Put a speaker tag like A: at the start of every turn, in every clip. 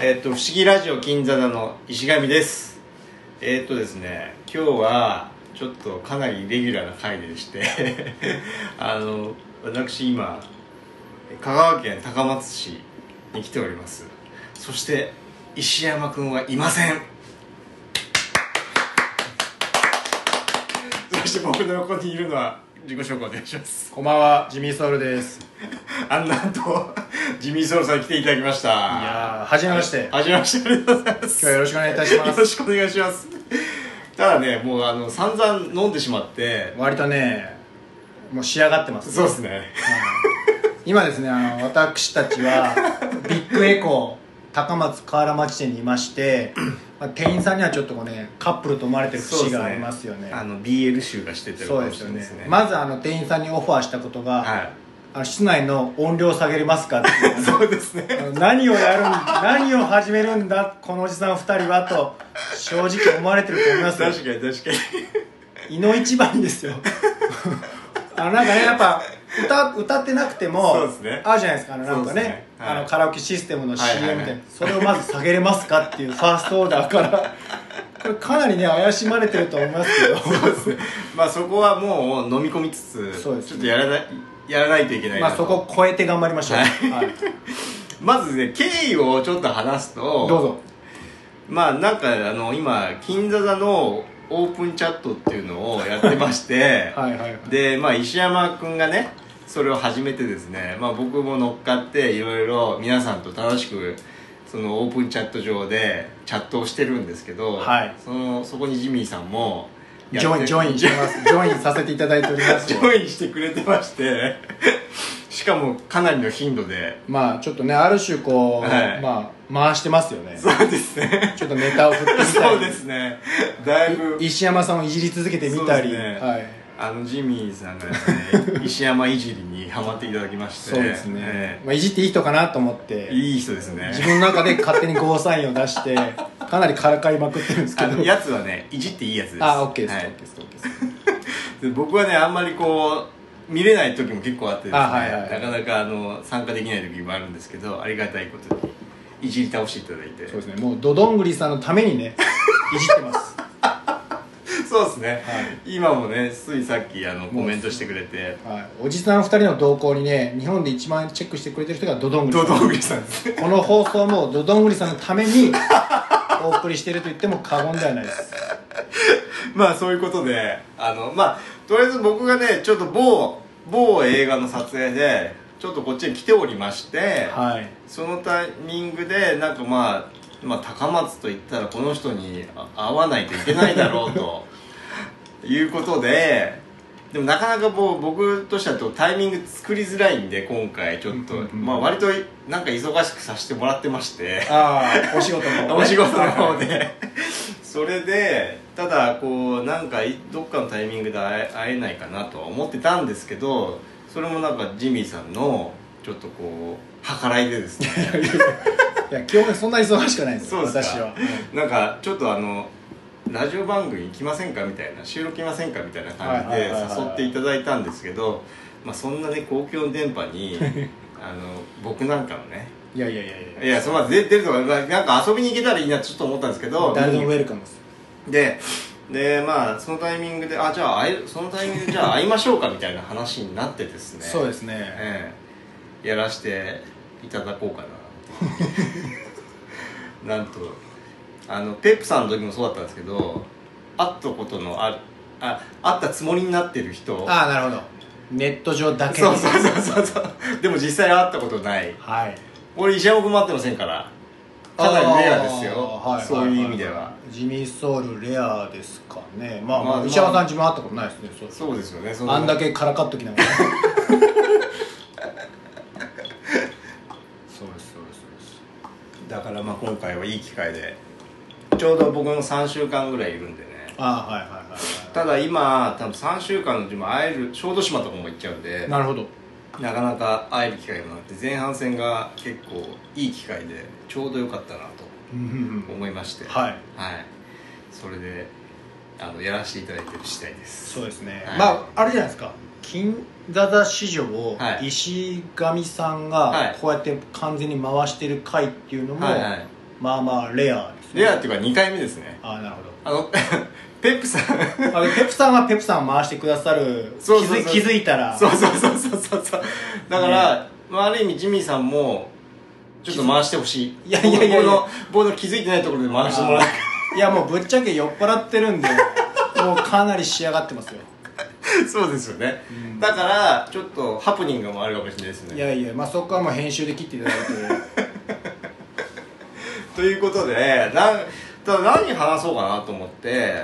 A: えっ、と、不思議ラジオ金座の石上です。えっ、とですね、今日は、ちょっとかなりレギュラーな回でして、 あの、私今、香川県高松市に来ております。そして、石山くんはいません。 そして僕の横にいるのは、自己紹介お願いします。
B: こんばんは、ジミーソウルです。
A: あんなんと、ジミーソウルさんに来ていただきました。い
B: いやー、はじめまして。今
A: はじめまして、ありがとうございます。
B: 日はよろしくお願いいたしま
A: よろ
B: す。
A: しくお願いしますただねもうあの散々飲んでしまって
B: 割とね、もう仕上がってます。
A: そうですね
B: うん今ですね、あの、私たち は、ビッグエコー、高松河原町店にいま して、まあ、店員さんにはちょっとこうね、カップルと思われてる節がありますよね。
A: あの BL 集がしててる
B: そうですよねまずあの店員さんにオファーしたことが、
A: は
B: あの室内の音量下げれますかっていう
A: いそうですね
B: あの何をやるん何を始めるんだこのおじさん2人はと正直思われてると思います
A: 確
B: よ
A: かに確かに
B: 胃の一番で すよあのなんかねやっぱ歌歌ってなくても
A: そうですね
B: あるじゃないですかあのなんか
A: そう
B: ね
A: ですねはい
B: あのカラオケシステム
A: は
B: の
A: い
B: CM
A: はい
B: で、
A: はい
B: それをまず下げれますかっていうファーストオーダーからこれかなりね怪しまれてると思いますけど
A: そうですねまあそこはもう飲み込みつつ
B: そうですね
A: ちょっとやらないやらないといけないな
B: まあ
A: と
B: そこを超えて頑張りましょう、
A: は
B: はいい
A: まずね経緯をちょっと話すと
B: どうぞ
A: まあなんかあの今金座座のオープンチャットっていうのをやってまして、
B: はいはいはい
A: で、まあ、石山君がねそれを始めてですね、まあ、僕も乗っかっていろいろ皆さんと楽しくそのオープンチャット上でチャットをしてるんですけど、
B: はい
A: そのそこにジミーさんも
B: ジョインジョインして ますジョインさせていただいております
A: ジョインしてくれてまして しかもかなりの頻度で
B: まあちょっとねある種こう、
A: はい
B: まあ回してますよね
A: そうです ね
B: ちょっとネタを振ってみたり
A: そうですねだいぶ
B: 石山さんをいじり続けてみたり、
A: そうですね
B: はい
A: あのジミーさんがですね石山いじりにハマっていただきまして
B: そうですね、
A: え
B: まあ、いじっていい人かなと思って
A: えいい人ですね
B: 自分の中で勝手にゴーサインを 出してかなりからかいまくってるんですけ
A: あ
B: ど
A: のやつはねいじっていいやつです
B: あオッケーです、
A: はい
B: オッケーですオッケーです
A: で僕はねあんまりこう見れない時も結構あってですね、
B: あはいはい
A: なかなかあの参加できない時もあるんですけどありがたいことにいじり倒していただいて
B: そうですねもうドどんぐりさんのためにね いじってます
A: そうですね、
B: は
A: 今もねついさっきあのコメントしてくれて
B: はい、おじさん2人の動向にね日本で一番チェックしてくれてる人がドどんぐり
A: ド
B: さ
A: ド
B: ん
A: ングリさんですね
B: この放送もドどんぐりさんのために お送りしてると言っても過言ではないです
A: まあそういうことであのまあとりあえず僕がねちょっと某某映画の撮影でちょっとこっちに来ておりまして、
B: はい
A: そのタイミングでなんかまあ、まあ、高松といったらこの人にあ会わないといけないだろうと いうことででもなかなかこう僕としてはとタイミング作りづらいんで今回ちょっと、
B: うんうんうん
A: まあ、割となんか忙しくさせてもらってまして
B: ああお仕事の方ね、
A: お仕事の方
B: はいはい
A: で それでただこうなんかいどっかのタイミングで会え会えないかなとは思ってたんですけどそれもなんかジミーさんのちょっとこう計らいでですね
B: いや基本そんな忙しくないんです
A: そう
B: よ
A: ですか
B: 私は、
A: なんかちょっとあのラジオ番組来ませんかみたいな収録来ませんかみたいな感じ
B: はい
A: で
B: はいはいはい
A: 誘っていただいたんですけど、まあ、そんなね公共の電波 にあの僕なんかのね
B: いやいやいやいや
A: いやそのまあ出出るとかまあなんか遊びに行けたらいいなってちょっと思ったんですけど
B: 誰でもウェルカムです
A: ででまあそのタイミングであじゃあ会えそのタイミングでじゃあ会いましょうかみたいな話になってですね、
B: そうですすね
A: ええやらしていただこうか ななんとあのペップさんの時もそうだったんですけど会ったことのあるあ会ったつもりになってる人
B: ああなるほどネット上だけに
A: そうそうそうそうそうでも実際会ったことない
B: はい
A: 俺石山君も会ってませんからかなりレアですよ、
B: あーはい
A: そういう意味では、
B: ジミーソウルレアですかねまあ、
A: まあ
B: ま
A: ま
B: あ、
A: あ
B: 石山さん自分会ったことないですねそう
A: そうですよねそ
B: あんだけからかっと きながらそうですそうですそうです
A: だからまあ今回はいい機会でちょうど僕も3週間ぐらいいるんでね
B: ああはいはいはい
A: ただ今多分3週間のうちも会える小豆島とかも行っちゃうんで
B: はい
A: な
B: なるほど
A: かなか会える機会もなくて前半戦が結構いい機会でちょうど良かったなと
B: うんうんうん
A: 思いましてい、
B: は
A: は
B: い
A: い、それであのやらせていただいてる次第です
B: そうですね、
A: はい
B: まああれじゃないですか金座座市場を
A: はい
B: 石上さん
A: は
B: が
A: い
B: こうやって完全に回してる回っていうのも
A: はいはい
B: まあまあレアですね
A: レアっていうか2回目ですね
B: ああなるほど
A: あの ペップさん
B: あのペプさんはペプさんを回してくださる
A: そうそうそう
B: 気づい気づいたら
A: そうそうそうそうそうそうだから、まあ、ある意味ジミーさんもちょっと回してほしい
B: いやいやいやいや
A: 僕の僕の気づいてないところで回してもらう
B: いやもうぶっちゃけ酔っ払ってる んでもうかなり仕上がってますよ
A: そうですよね、
B: うん
A: だからちょっとハプニングもあるかもしれないです
B: い
A: ね
B: やいやまあそこはもう編集で切っていただいて
A: ということでなんただ何話そうかなと思って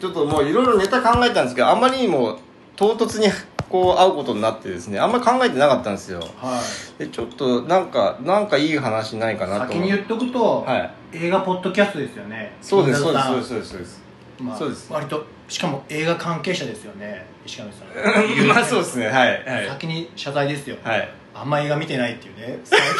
A: ちょっともういろいろネタ考えたんですけどあんまりにも唐突にこう会うことになってですねあんまり考えてなかったんですよ
B: はい
A: でちょっとなんかなんかいい話ないかなと思
B: 先に言っとくと、
A: はい
B: 映画ポッドキャストですよね
A: そうですそ
B: 金
A: うです
B: 田さん
A: そうですそうですそうです
B: まあ、
A: そうです
B: 割としかも映画関係者ですよね石上さん
A: まあそうですねはいはい
B: 先に謝罪ですよ、
A: はい
B: あんま映画見てないっていうね最近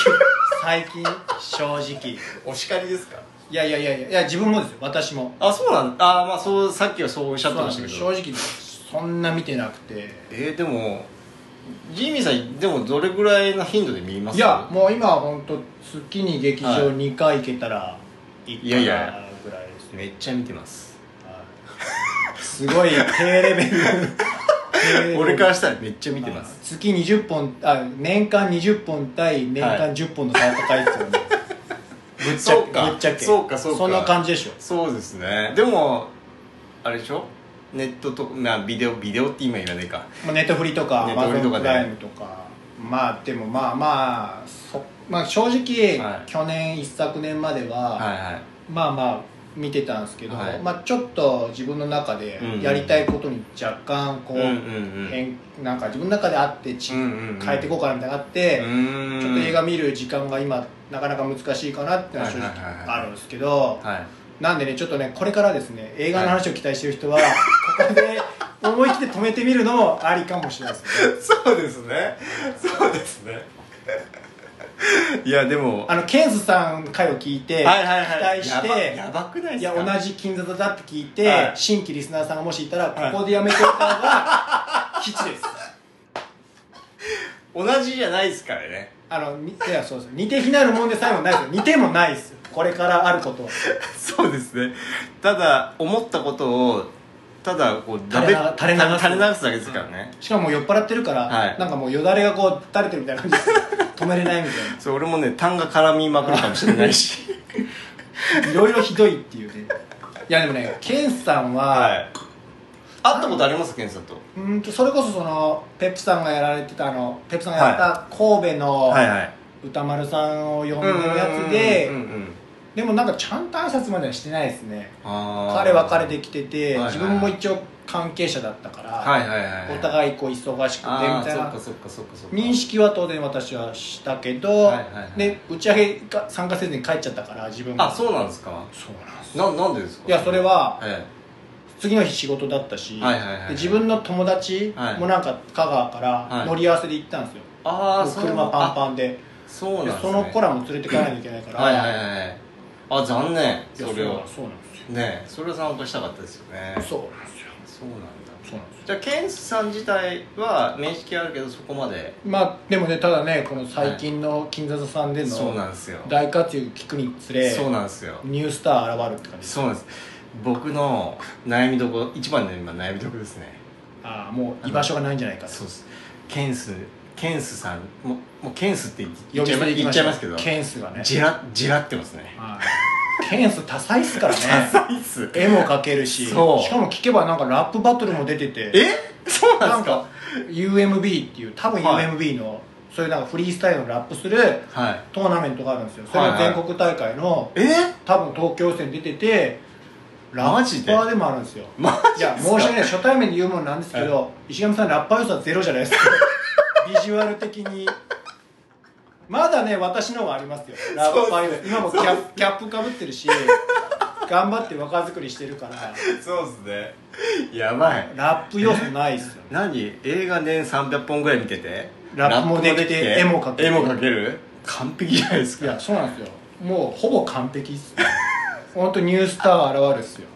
B: 最近正直い
A: お叱りですか
B: やいやいやいやいや自分もですよ私も
A: あそうなんだあまあそうさっきはそうおっしゃってましたけ
B: そう
A: ど
B: なんです正直そんな見てなくて
A: えー、でもジミーさんでもどれぐらいの頻度で見ます
B: いやもう今は本当月に劇場
A: はい
B: 2回行けたらい
A: い
B: い
A: や
B: かないぐ
A: や
B: らいですね
A: めっちゃ見てます
B: はいすごい低レ ベル低
A: 俺からしたらめっちゃ見てます
B: あ月20本あ年間20本対年間10本の差が高いですよね、ぶっち ゃ
A: そう
B: け
A: か
B: ぶっちゃけ
A: そうかそうか
B: そんな感じでしょ
A: そうですねでもあれでしょネットとまあビデオビデオって今言わないか
B: まあネットフリとか
A: ネッ
B: ア
A: ト
B: マ
A: フリと
B: ゾン
A: か
B: プ
A: で
B: ライムとかまあでもまあまあそまあ正直、
A: はい
B: 去年一昨年までは、
A: はいはい
B: まあまあ見てたんですけど、
A: はい
B: まあちょっと自分の中で
A: うんうん
B: やりたいことに若干こう、
A: うんうんうん
B: 変なんか自分の中であってち、
A: うんうんうん
B: 変えていこうかなみたいなのがあって、
A: うん
B: ちょっと映画見る時間が今なかなか難しいかなっていうのは正直
A: はいはいはいはい
B: あるんですけど、
A: はい
B: なんでねちょっとねこれからですね映画の話を期待してる人は、ここで思い切って止めてみるのもありかもしれないですね
A: そうですねそうですねいやでも
B: あのケンスさんの回を聞いて、期待して
A: やばやばくないで
B: い
A: す
B: や
A: か
B: 同じ金座だって聞いて、
A: はい
B: 新規リスナーさんがもしいた
A: は
B: ら
A: い
B: ここでやめておいた方 が吉です
A: 同じじゃないですからね
B: あのにいやそうです似て非なるもんでさえもないですよ似てもないですよこれからあることは
A: そうですねただ思ったことをただこうだべ
B: 垂れ流垂れ流す
A: 垂れ流すだけですからね、
B: しかももう酔っ払ってるから、
A: はい
B: なんかもうよだれがこう垂れてるみたい な感じです止めれないみ
A: そう俺もね痰が絡みまくるかもしれないし
B: たいないろいろひどいっていうねいやでもねケンさんは、
A: い会ったことあります検査と
B: うーんとそれこそそのペップさんがやられてたあのペップさんがやった神戸の
A: はい
B: 歌丸さんを呼んで
A: うん
B: る
A: うんうん
B: やつで
A: うんうん
B: でもなんかちゃんと挨拶まではしてないですね
A: あー
B: 彼は彼で来てて、
A: はいはい
B: 自分も一応関係者だったから、
A: はいはいはい
B: お互いこう忙しくてみ
A: ああ
B: たい
A: そっ
B: な
A: かそっかそっかそっか
B: 認識は当然私はしたけど、
A: はいはいはい
B: で打ち上げが参加せずに帰っちゃったから自分が
A: あそうなんですか
B: そうなんです
A: ななんでですか
B: いやそれは
A: え
B: 次の日仕事だったし、
A: はいはいはいはい
B: で自分の友達
A: はい
B: もなんか香川か
A: は
B: ら
A: い
B: 乗り合わせで行ったんですよ、
A: えああ
B: もう車パンパンで
A: そうなんで
B: で
A: す、ね、
B: その子らも連れてかないといけないから
A: はいはいはいあ残念
B: いや
A: それを
B: うなんそうなんですよ
A: ねえそれを参加したかったですよね
B: そうなんですよ
A: そうなんだ
B: そうなんですよ
A: じゃあケンスさん自体は面識あるけどそこまで
B: まあでもねただねこの最近の金座さんで
A: そう
B: の
A: なんですよ
B: 大活躍聞くにつれ
A: そうなんですよ
B: ニュースター現れるって感じです
A: そうなんです僕の悩みどころ一番の今悩みどころですね
B: ああもう居場所がないんじゃないかと
A: そうですケンスケンスさんもうもうケンスって言っ
B: 呼び
A: ちゃ
B: 捨
A: いま
B: てで
A: 言っちゃいますけど
B: ケンスがね
A: じらじらってますね
B: はいケンス多彩っすから ね
A: ダサいっす
B: 絵も描けるししか
A: そう
B: も聞けばなんかラップバトルも出てて
A: えそうなん
B: な
A: で
B: ん
A: すか
B: か UMB っていう多分
A: はい
B: UMB の、そういうなんかフリースタイルのラップする
A: はい
B: トーナメントがあるんですよそれ
A: は
B: が
A: いはい
B: 全国大会の
A: え
B: 多分東京予選出ててラ
A: マジ
B: ッ
A: で
B: パーでもあるんですよ
A: マ
B: い
A: ジっ
B: や
A: すか
B: 申し訳ない初対面で言うもんなんですけど石上さんラッパー予想はゼロじゃない ですかビジュアル的にまだね私の方がありますよラッパー予想今もキャップキャップかぶってるし頑張って若作りしてるから
A: そうですねやばい
B: ラップ要素ない っすよ
A: 何映画年300本ぐらい見てて
B: ラップもできて絵も描ける
A: 絵も描ける完璧じゃないです
B: い
A: か
B: やそうなんですよもうほぼ完璧っすね本当ニュースターが現れっすよ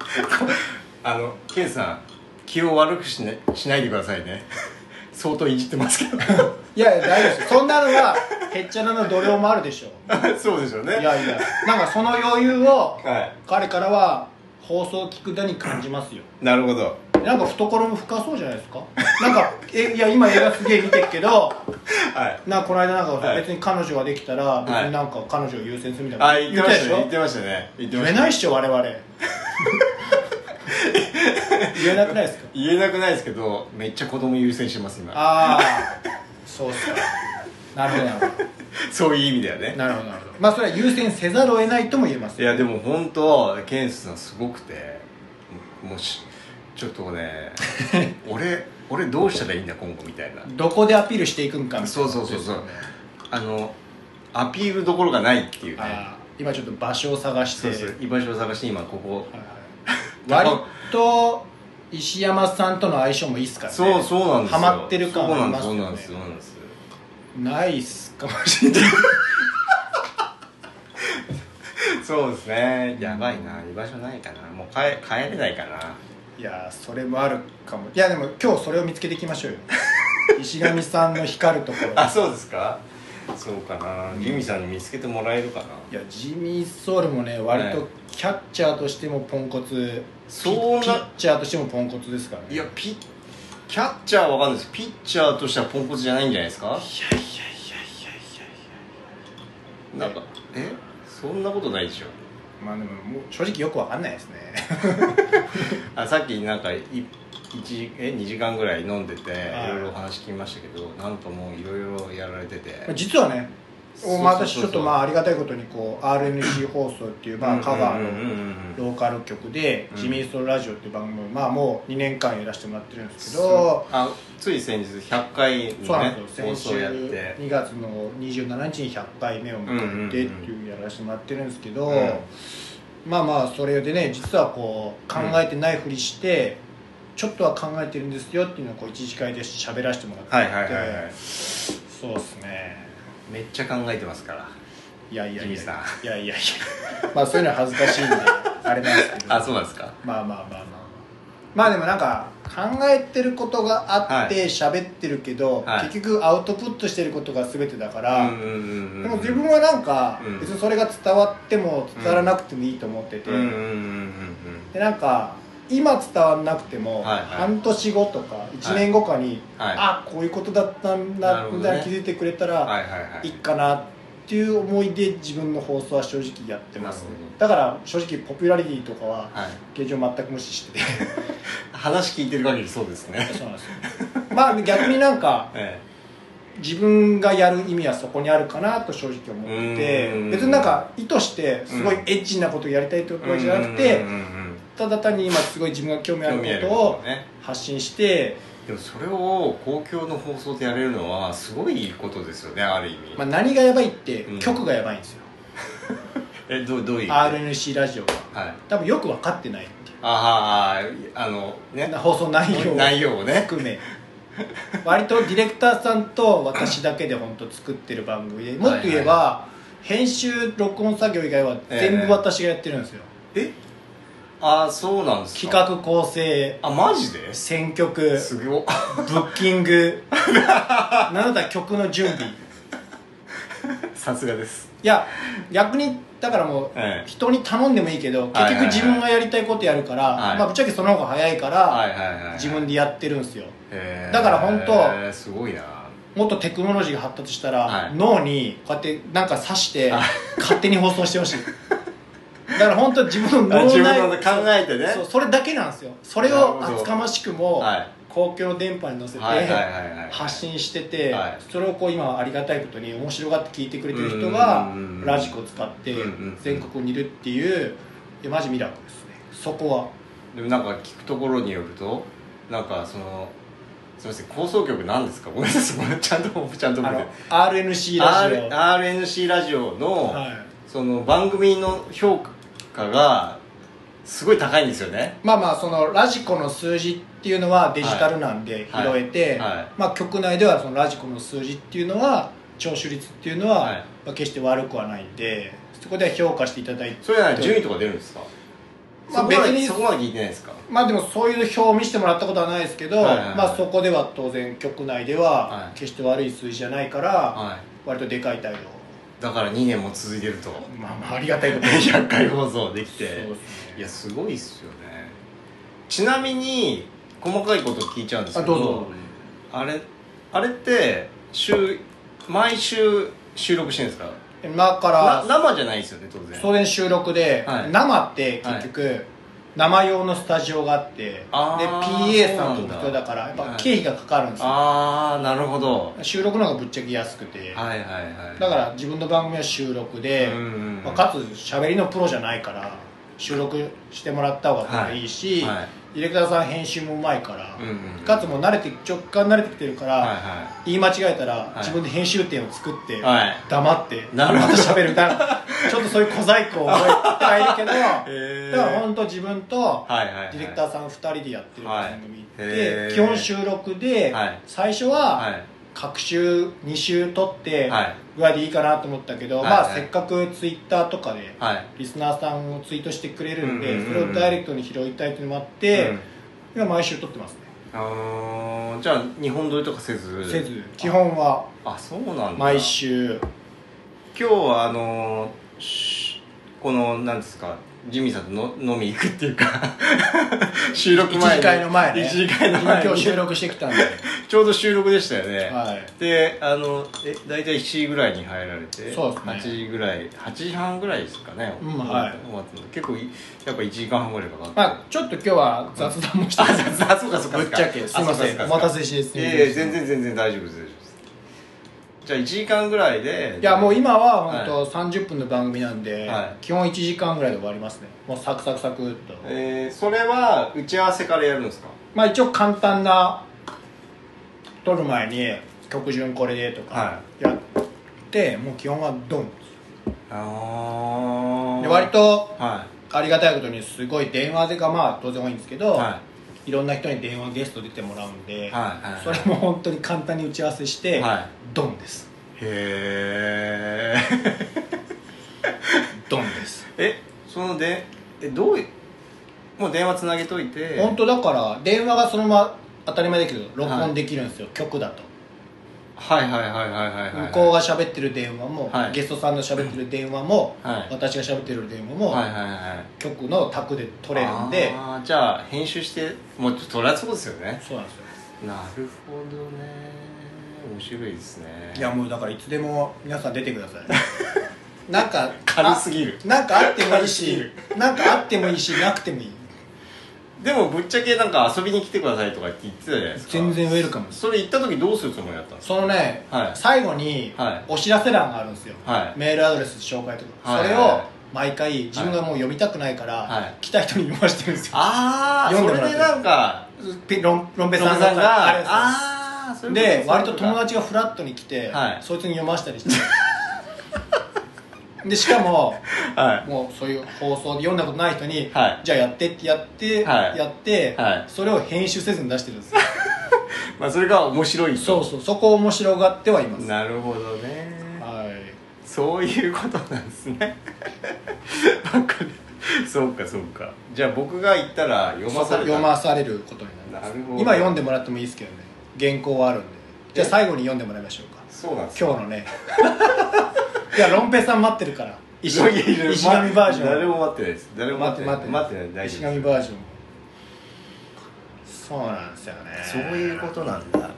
A: あのケンさん気を悪くし,、ね、しないでくださいね 相当いじってますけど
B: いやいや大丈夫ですよそんなのはへっちゃらの度量もあるでしょう
A: そうでしょうね
B: いやいやなんかその余裕を
A: は
B: 彼からは放送を聞くだに感じますよ
A: いなるほど
B: なんか懐も深そうじゃないですかなんかえいや今映画すげえ見てるけど
A: はい
B: なんかこの間なんか
A: はい
B: 別に彼女ができたら別になんか彼女を優先するみたいな、
A: あ言ってましたね言っ
B: でして
A: ましたね言って
B: ょ
A: ま
B: 言
A: し
B: えな
A: た
B: いっしょ我々言えなくないですか
A: 言えなくないですけどめっちゃ子供優先してます今
B: ああそうっすかなるほどなるほ
A: そういう意味だよ
B: ど
A: ね
B: なるほどなるほどまあそれは優先せざるを得ないとも言えます
A: いやでも本当ケンスさんすごくてもうしちょっと ね俺俺どうしたらいいんだ今後みたいな
B: どこでアピールしていくんかみたいな
A: そうそうそうそうあのアピールどころがないっていうね
B: あー今ちょっと場所を探して
A: そうそう居場所を探して今ここ
B: はいはい割と石山さんとの相性もいいっすからね
A: そうそうなんですよ
B: ハマってる感
A: そうなん
B: あ
A: で
B: りますす
A: そ
B: よ
A: う
B: ね
A: なんですそうなんです
B: ないっすかもしれない
A: そうですねやばいな居場所ないかなもう帰帰れないかない
B: やーそれもあるかもいやでも今日それを見つけていき ましょうよ石神さんの光るところ
A: あそうですかそうかな由美さんに見つけてもらえるかない
B: やジミー・ソウルもね割とキャッチャーとしてもポンコツ
A: そうな
B: ピッチャーとしてもポンコツですからね
A: いやピッキャッチャーはわかんないですピッチャーとしてはポンコツじゃないんじゃないですか
B: いやいやいやいやいや
A: なんかえそんなことないでしょ
B: まあでももう正直よくわかんないですね
A: あさっきなんかい一え2時間ぐらい飲んでてい
B: はい
A: ろいろお話聞きましたけどなんかもういろいろやられてて
B: まあ実はね
A: そうそうそうそう
B: まあ私ちょっとまあありがたいことにこう RNC 放送っていうまあカバー
A: うんうんうん
B: の
A: うん
B: ローカル局で「
A: うん
B: ジミー・ソウルラジオ」っていう番組をまあもう2年間やらせてもらってるんですけ
A: そ
B: ど
A: うあつい先日100回
B: そう
A: の
B: なん
A: ね
B: ですよ、
A: 放
B: 先週
A: 送やって
B: 2月の27日に100回目を迎えてっていうやらせてもらってるんですけど、
A: うん
B: まあまあそれでね実はこう考えてないふりして、ちょっとは考えてるんですよっていうのをこう一次会で喋らせてもらってて、
A: はいはいはいはい
B: そうですね
A: めっちゃ考えてますから
B: いやいやいやい
A: ジミーさ
B: やいやいやまあそういうのは恥ずかしいんであれなんですけど
A: あそうなんですか
B: まあまあまあまあまあまあでもなんか考えてることがあって
A: は
B: 喋ってるけど、
A: はい
B: 結局アウトプットしてることが全てだから、
A: うんうんうんうん
B: でも自分はなんか
A: うん
B: 別にそれが伝わっても伝わらなくてもいいと思ってて、
A: うんうんうん
B: でなんか今伝わんなくても
A: はいはい
B: 半年後とか1年後かに、
A: はい
B: あこういうことだったん
A: な
B: だ
A: る
B: っ
A: ほ
B: て
A: どね
B: 気づいてくれた
A: うんは
B: ら
A: いはいはい
B: いいかなっていう思いで自分の放送は正直やってます
A: な
B: ね
A: るほど
B: だから正直ポピュラリティとかは
A: はい
B: 現状全く無視してて
A: 話聞いてる限りそうですね
B: そうなんですよ まあ逆になんか
A: え
B: 自分がやる意味はそこにあるかなと正直思って
A: うんうんう
B: て
A: ん
B: 別になんか意図してすごいエッチなことをやりたいと
A: え
B: かじゃなくて、
A: うんうんうん
B: ただ単に今すごい自分が興味あ
A: 興
B: るこ
A: 味ある
B: と
A: こと
B: を
A: ね
B: 発信して、
A: でもそれを公共の放送でやれるのはすごいいいことですよねある意味、
B: まあ、何がやばいって
A: うん
B: 曲がやばいんですよ、
A: えどうどういう意味ではい
B: RNC ラジオが多分よく分かってないってい
A: あーあーあの
B: う
A: ね
B: 放送内容を
A: 内容をね
B: 含め割とディレクターさんと私だけで本当作ってる番組でもっと言えば、編集録音作業以外は全部私がやってるんですよ、
A: えああそうなんですか
B: 企画構成
A: あマジで
B: 選曲
A: すごっ
B: ブッキング なんだったら曲の準備
A: さすがです
B: いや逆にだからもう、
A: ええ
B: 人に頼んでもいいけど
A: はいはいは
B: 結
A: い
B: 局自分がやりたいことやるから、
A: はい
B: まあ、ぶっちゃけその方が早いから、
A: はいはいはい
B: 自分でやってるんですよ
A: へー
B: だから本当
A: へーすごいな
B: もっとテクノロジーが発達したら、
A: はい
B: 脳にこうやってなんか刺して
A: はい
B: 勝手に放送してほしいだから本当自分の
A: あ
B: 脳
A: 自分
B: 内
A: の考えてね
B: そうそれだけなんですよそれ
A: なるほ
B: を
A: ど
B: 厚かましくも、
A: はい
B: 公共の電波に乗せて、
A: はいはいはいはい
B: 発信してて、
A: はい
B: それをこう今ありがたいことに面白がって聞いてくれてる人
A: う
B: が
A: んうんうんうん
B: ラジコを使って
A: うんうんうん
B: 全国にいるっていういやマジミラクルですねそこは
A: でもなんか聞くところによるとなんかそのすみません放送局なんですかごめんなさいごめんちゃんとちゃん
B: あ
A: と覚え
B: の
A: て
B: RNC ラジ
A: R
B: オ
A: RNC ラジオの、
B: はい
A: その番組の評価がすごい高いんですよね
B: まあまあそのラジコの数字っていうのはデジタルなんで拾
A: はい
B: えて、
A: はい
B: まあ、局内ではそのラジコの数字っていうのは聴取率っていうのは、
A: はい
B: まあ決して悪くはないんでそこでは評価していただいて
A: それなら順位とか出るんですか
B: まあ、別に
A: そこまで聞いてないですか
B: まあでもそういう表を見せてもらったことはないですけど、
A: はいはいはい
B: まあ、そこでは当然局内で
A: は
B: はい決して悪い数字じゃないから、
A: は
B: 割とでかい態度
A: いだから2年も続いてると
B: まあまあありがたいことです
A: 100回放送できて
B: そうですね
A: いやすごいっすよねちなみに細かいこと聞いちゃうんです
B: あ
A: けど
B: どうぞ
A: あれあれって週毎週収録してるんですか
B: 今か
A: な
B: ら
A: 生じゃないですよね当然
B: 送電収録で、
A: はい
B: 生って結局、生用のスタジオがあってで
A: あー
B: PA さん
A: そ
B: と
A: うなんだ
B: 人だからやっ
A: は
B: ぱ
A: い
B: 経費がかかるんですよ、
A: ああなるほど
B: 収録の方がぶっちゃけ安くて、
A: はいはいはい
B: だから自分の番組は収録で、
A: うんうんうん
B: まあ、かつ喋りのプロじゃないから収録してもらった方がいいし、
A: はいはい
B: ディレクターさん編集もうまいから、
A: うんうんうん
B: かつもう慣れて直感慣れてきてるから、
A: はいは
B: 言い間違えたら、
A: い
B: 自分で編集点を作って、
A: いはい
B: 黙って
A: なるほど
B: また喋るだからちょっとそういう小細工を覚え ているけど、
A: えー
B: だから本当自分と
A: はいはいはい
B: ディレクターさん2人でやってる番組で、
A: はいへー
B: 基本収録で、
A: はい
B: 最初
A: は
B: はい各週2週撮って、
A: はい
B: ぐらいでいいかなと思ったけど、
A: はい
B: ま
A: は
B: あ
A: い
B: せっかくツイッターとかで
A: はい
B: リスナーさんをツイートしてくれるんで、
A: うんうんうん
B: それをダイレクトに拾いたいというのもあって、
A: うん
B: 今毎週撮ってますね、
A: あーじゃあ日本撮りとかせず
B: せず基本は
A: あそうなんだ
B: 毎週
A: 今日はあのーしこのなんですかジミーさんとの飲み行くっていう か収録
B: 1
A: 前
B: 次会の前ね
A: 一次会の前
B: 今
A: に
B: 今日収録してきたんで、
A: ちょうど収録でしたよね、
B: はい、
A: であのえ大体7時ぐらいに入られて
B: そうですね
A: 8時ぐらい8時半ぐらいですかね、
B: うんはい
A: 終わったの結構いやっぱ1時間半ぐらいかかって、
B: まあちょっと今日は雑談もして
A: あ
B: ます
A: そうかそうかそうか
B: ぶっちゃけすいませんお待たせしてす
A: い
B: みま
A: や
B: せん
A: いや全然全然大丈夫です大丈夫ですじゃあ1時間ぐらいで
B: いやもう今は
A: はい
B: 本当30分の番組なんで、
A: はい
B: 基本1時間ぐらいで終わりますねもうサクサクサクっと、
A: えー、それは打ち合わせからやるんですか
B: まあ一応簡単な撮る前に曲順これでとか
A: は
B: やって、もう基本はドン
A: あ
B: で割と
A: は
B: ありがたいことにすごい電話でがまあ当然多いんですけ
A: い
B: ど、、
A: はい
B: ろんな人に電話ゲスト出てもらうんで、
A: いはいはい
B: それも本当に簡単に打ち合わせして、
A: はい
B: ドンです
A: いへー
B: ドンです
A: えそのでえどういもう電話つなげといて
B: 本当だから電話がそのまま当たり前だけど録音できるんですよ、曲だと
A: はいはいはいはいはいはい
B: 向こうが喋ってる電話も、
A: はい
B: ゲストさんの喋ってる電話も、
A: はい
B: 私が喋ってる電話も、
A: はいはいはい
B: 曲のタクで取れるんで
A: あーじゃあ編集してもうそりゃそうですよね
B: そうなんですよ
A: なるほどね面白いですね
B: いやもうだからいつでも皆さん出てください なんか
A: 軽すぎる
B: あなんかあってもいい
A: 軽すぎ
B: し
A: る
B: なんかあってもいいしなくてもいい
A: でもぶっちゃけなんか遊びに来てくださいとかって言ってたじゃないですか
B: 全然ウェルカムです
A: それ行った時どうするつもりだったんですか
B: そのね、
A: はい
B: 最後に
A: はい
B: お知らせ欄があるんですよ、
A: はい
B: メールアドレス紹介とか、
A: はい
B: それ
A: はい
B: を
A: はい
B: 毎回自分がもう読みたくないから、
A: はい
B: 来た人に読ましてるんですよ
A: ああそ
B: 読んでもら
A: れ
B: って
A: でなんか
B: ピロンロンペ
A: ペ
B: さ
A: さ
B: ん
A: ん
B: が
A: が
B: あれ
A: ああそういう
B: で
A: こと
B: 割と友達がフラットに来て、
A: はい
B: そいつに読ましたりしてでしかも
A: は
B: もうそういう放送で読んだことない人に、
A: はい
B: じゃあやってってやって、
A: はい
B: やって、
A: はい
B: それを編集せずに出してるんですよ
A: いまあそれが面白いと
B: そうそうそこを面白がってはいます
A: なるほどね
B: はい
A: そういうことなんです ねわかるそうかそうかじゃあ僕が行ったら読まされた
B: 読まされることになります
A: なるほど
B: 今読んでもらってもいいですけどね原稿はあるんでじゃあ最後に読んでもらいましょうか
A: そうなんですよ
B: 今日のね いやロンペイさん待ってるから石
A: いやいやいや
B: 石神バージョン
A: 誰も待ってないです誰も待ってない
B: 待って
A: 待ってない大丈
B: 石
A: 夫
B: 神
A: で
B: バージョンそうなんですよね
A: すそういうことなんだ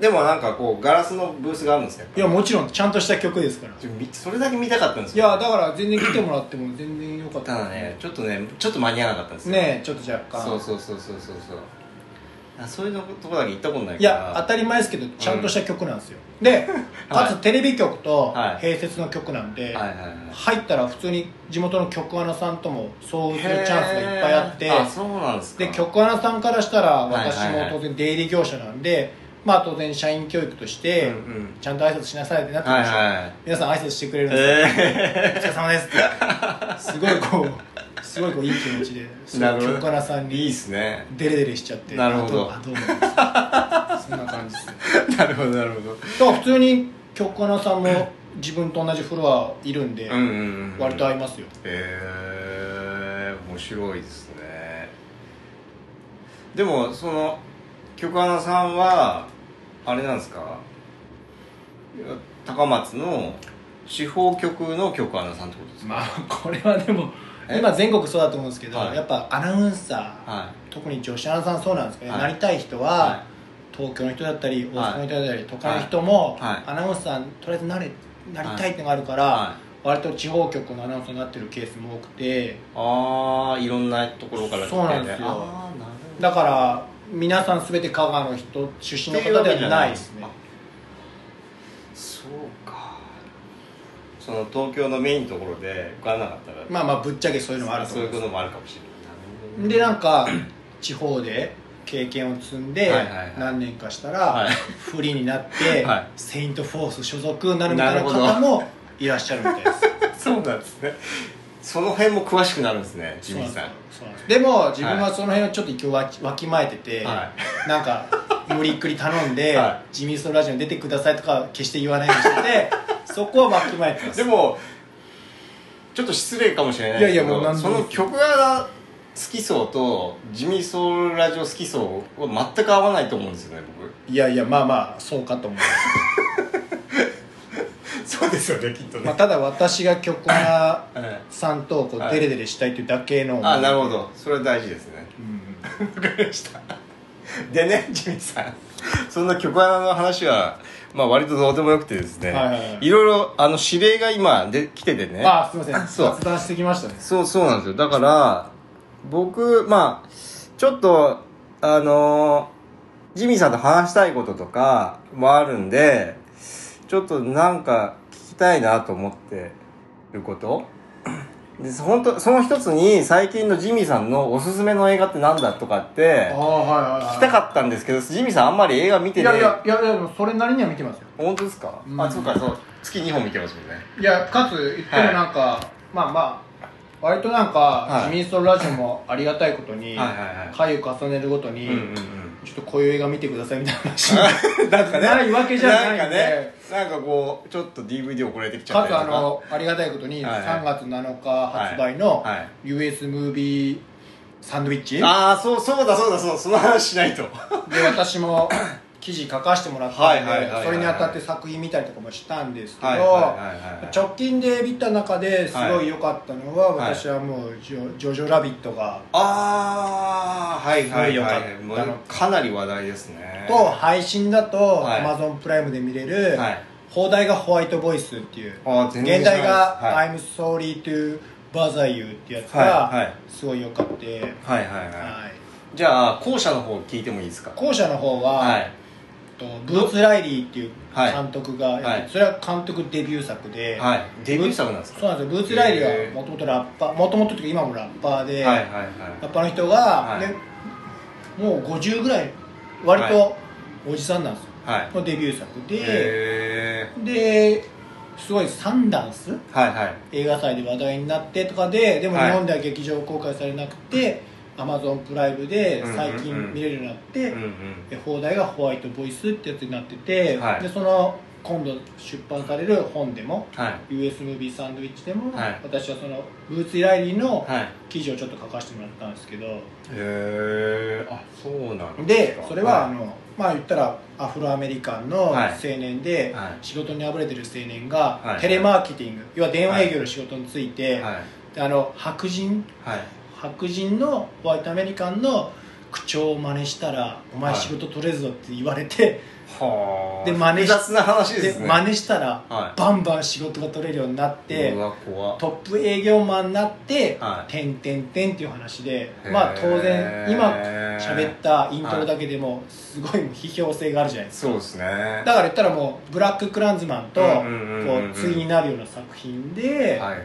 A: でもなんかこうガラスのブースがあるんですね
B: いやもちろんちゃんとした曲ですから
A: ちょみそれだけ見たかったんです
B: い
A: よ
B: やだから全然来てもらっても全然よかった
A: ただねちょっとねちょっと間に合わなかったんですよ
B: ねえちょっと若干
A: そうそうそうそうそうそうあそういうのとこだけ行ったことない
B: い
A: から
B: や当たり前ですけどちゃんとした曲なんですよ、 でかつテレビ局と
A: はい
B: 併設の曲なんで、
A: はいはいはい
B: 入ったら普通に地元の局アナさんとも相遇するチャンスがいっぱいあって
A: へーあそうなんですか
B: で局アナさんからしたら
A: はいはい
B: 私も当然出入り業者なんで、まあ当然社員教育として、
A: うんうん
B: ちゃんと挨拶しなさいってなって
A: は
B: ま
A: い
B: した、
A: はい
B: 皆さん挨拶してくれるんですよ、
A: え
B: お疲れ様ですってすごいこうすごいこういい気持ちで
A: ー、なるほど
B: 局アナさん
A: いい
B: に
A: っすね
B: デレデレしちゃって
A: なるほど
B: あどうもあどうもそんな感じですね
A: なるほどなるほど
B: だから普通に局アナさ んも自分と同じフロアいるんで、
A: うんうんうん
B: 割と合いますよ
A: えー、面面白いですねでもその局アナさんはあれなんですかいや高松の地方局の局アナさんってことですか、
C: まあこれはでも
A: え
B: 今全国そうだと思うんですけど、
A: はい
B: やっぱアナウンサー、
A: は
B: 特に女子アナさんそうなんですけど、
A: はい
B: なりたい人は、
A: いは
B: 東京の人だったり大
A: はい
B: 阪の人だったり、都会の人も、
A: はい
B: アナウンサーにとりあえずなれなりたいってのがあるか
A: い
B: ら、
A: はい
B: 割と地方局のアナウンサーになってるケースも多くて
A: ああいろんなところから来て、ね、
B: そうなんですよ
A: あーなるほど
B: だから皆さん全て香川の人出身の方ではないですね
A: あそうかその東京のメインのところで受からなかったら、
B: まあまあぶっちゃけそういうのはあると
A: そう
B: 思
A: い
B: い
A: こ
B: うます
A: ともあるかもしれない
B: でなんか地方で経験を積んで
A: はいはいはい
B: 何年かした
A: は
B: ら
A: い
B: フリーになって
A: はい
B: セイント・フォース所属になるみたいな
A: な
B: 方
A: る
B: もいらっしゃるみたいです
A: そうなんですねその辺も詳しくなるんですねジ
B: そう
A: ミ
B: なん
A: ー
B: です
A: さん
B: よそうなんですでも自分はその辺をちょっと一応わきわきまえてて
A: は
B: なんか無理っくり頼ん で
A: は
B: 「ジミーソンラジオに出てください」とかは決して言わないようにして てそこはわきまえてま
A: い
B: す
A: でもちょっと失礼かもしれないですけど
B: いやいやもう何で
A: そ
B: もいい
A: の
B: です
A: 曲が好きそうと地味ソウルラジオ好きそうは全く合わないと思うんですよね僕
B: いやいやまあまあそうかと思います
A: そうですよねきっと
B: まあ、ただ私が曲が
A: ええ
B: さんとこうデレデレしたいというだけの、
A: あなるほどそれは大事ですね
B: う
A: わ
B: ん
A: かりましたでねジミーさんそんな曲穴の話は、まあ、割とどうでもよくてですね、
B: はいはいはい
A: ろいろあの指令が今できててね
B: あすいません
A: そう
B: 雑談してきましたね
A: そうそうなんですよだから僕まあちょっとあのジミーさんと話したいこととかもあるんでちょっとなんか聞きたいなと思ってることで本当その一つに最近のジミーさんのおすすめの映画ってなんだとかって
B: あはい
A: 聞きたかったんですけどジミーさんあんまり映画見て
B: い
A: ね
B: やいやいやいやでもそれなりには見てますよ
A: 本当ですか、
B: うん
A: あそうかそう月2本見てますもんね
B: いやかつ言ってもなんか、まあまあ割となんか、
A: い
B: 自民党ラジオもありがたいことに、
A: はいはいはい
B: 回を重ねるごとに、
A: うんうん
B: ちょっとこういう映画見てくださいみたいな話
A: うん なんかね
B: ないわけじゃないんで
A: なんかねなんかこうちょっと DVD 送られてきちゃっ
B: か
A: たりと
B: つあ
A: か
B: のありがたいことに
A: はいはい
B: 3月7日発売の
A: はいはい
B: US ムービーサンドイッチ、
A: ああそうそうだそうだそうその話しないと
B: で私も記事書かせてもらったん
A: はいはいはいはいは
B: で
A: い
B: それにあたって作品見たりとかもしたんですけど
A: はいはいはいはいはい
B: 直近で見た中ですご
A: はい
B: い良かったのは、
A: はい
B: 私はもうジョ「ジョジョラビットが」
A: ああはいはいは
B: す
A: い
B: ごい良
A: も
B: かった
A: うかなり話題ですね
B: と配信だと
A: はい
B: Amazon プライムで見れる
A: はい
B: 「放題がホワイトボイス」っていう
A: あー全然
B: 現
A: 知らない
B: 代が「
A: はい
B: I'm sorry to bother you」ってやつ
A: はいは
B: が
A: い
B: すごい良かった、
A: はいはいは
B: はい
A: いじゃあ後者の方聞いてもいいですか
B: 後者の方は、
A: はい
B: とブーツ・ライリーっていう
A: はい
B: 監督が、
A: はい
B: それは監督デビュー作で、
A: はいデビュー作なんですか
B: そうなんですよブーツ・ライリー
A: へー
B: はもともとラッパーもともとというか今もラッパーで、
A: はいはいはい
B: ラッパーの人が、
A: はい
B: ねもう50ぐらい割
A: は
B: とおじさんなんですよ、
A: はい
B: のデビュー作で
A: へ
B: ですごいサンダンス
A: ーはいはい
B: 映画祭で話題になってとかででも
A: はい
B: 日本では劇場公開されなくて、Amazon プライムで最
A: うんうんう
B: 近
A: ん
B: 見れるようになって、
A: うんうん
B: で放題がホワイトボイスってやつになってて、
A: はい
B: でその今度出版される本でも
A: はい
B: US ムービーサンドイッチでも、
A: はい
B: 私はそのブーツ・イライリーの
A: はいへ
B: 記事をちょっと書かせてもらったんですけど
A: えあそうなんです
B: で
A: か
B: それはあ
A: い
B: の、まあ言ったらアフロアメリカンの青
A: はい
B: 年で
A: はい
B: 仕事にあぶれてる青年が
A: はい
B: テレマーケティング要は電話営業の仕事について、
A: はい
B: であの白人
A: はい
B: 白人のホワイトアメリカンの口調を真似したら「お前
A: はい
B: 仕事取れるぞ」って言われて、
A: はあ
B: で真似し
A: 複雑な話で
B: です
A: ね
B: 真似したら、
A: はい
B: バンバン仕事が取れるようになって
A: うわ怖
B: トップ営業マンになって
A: は
B: 「
A: い
B: てんてんてん」っていう話で
A: へー
B: まあ当然今喋ったイントロだけでもすごいもう批評性があるじゃないです
A: そうですね
B: かだから言ったらもう「ブラック・クランズマン」と
A: うん
B: こ
A: うんうんうんうん
B: う対になるような作品
A: は
B: で
A: いはいはい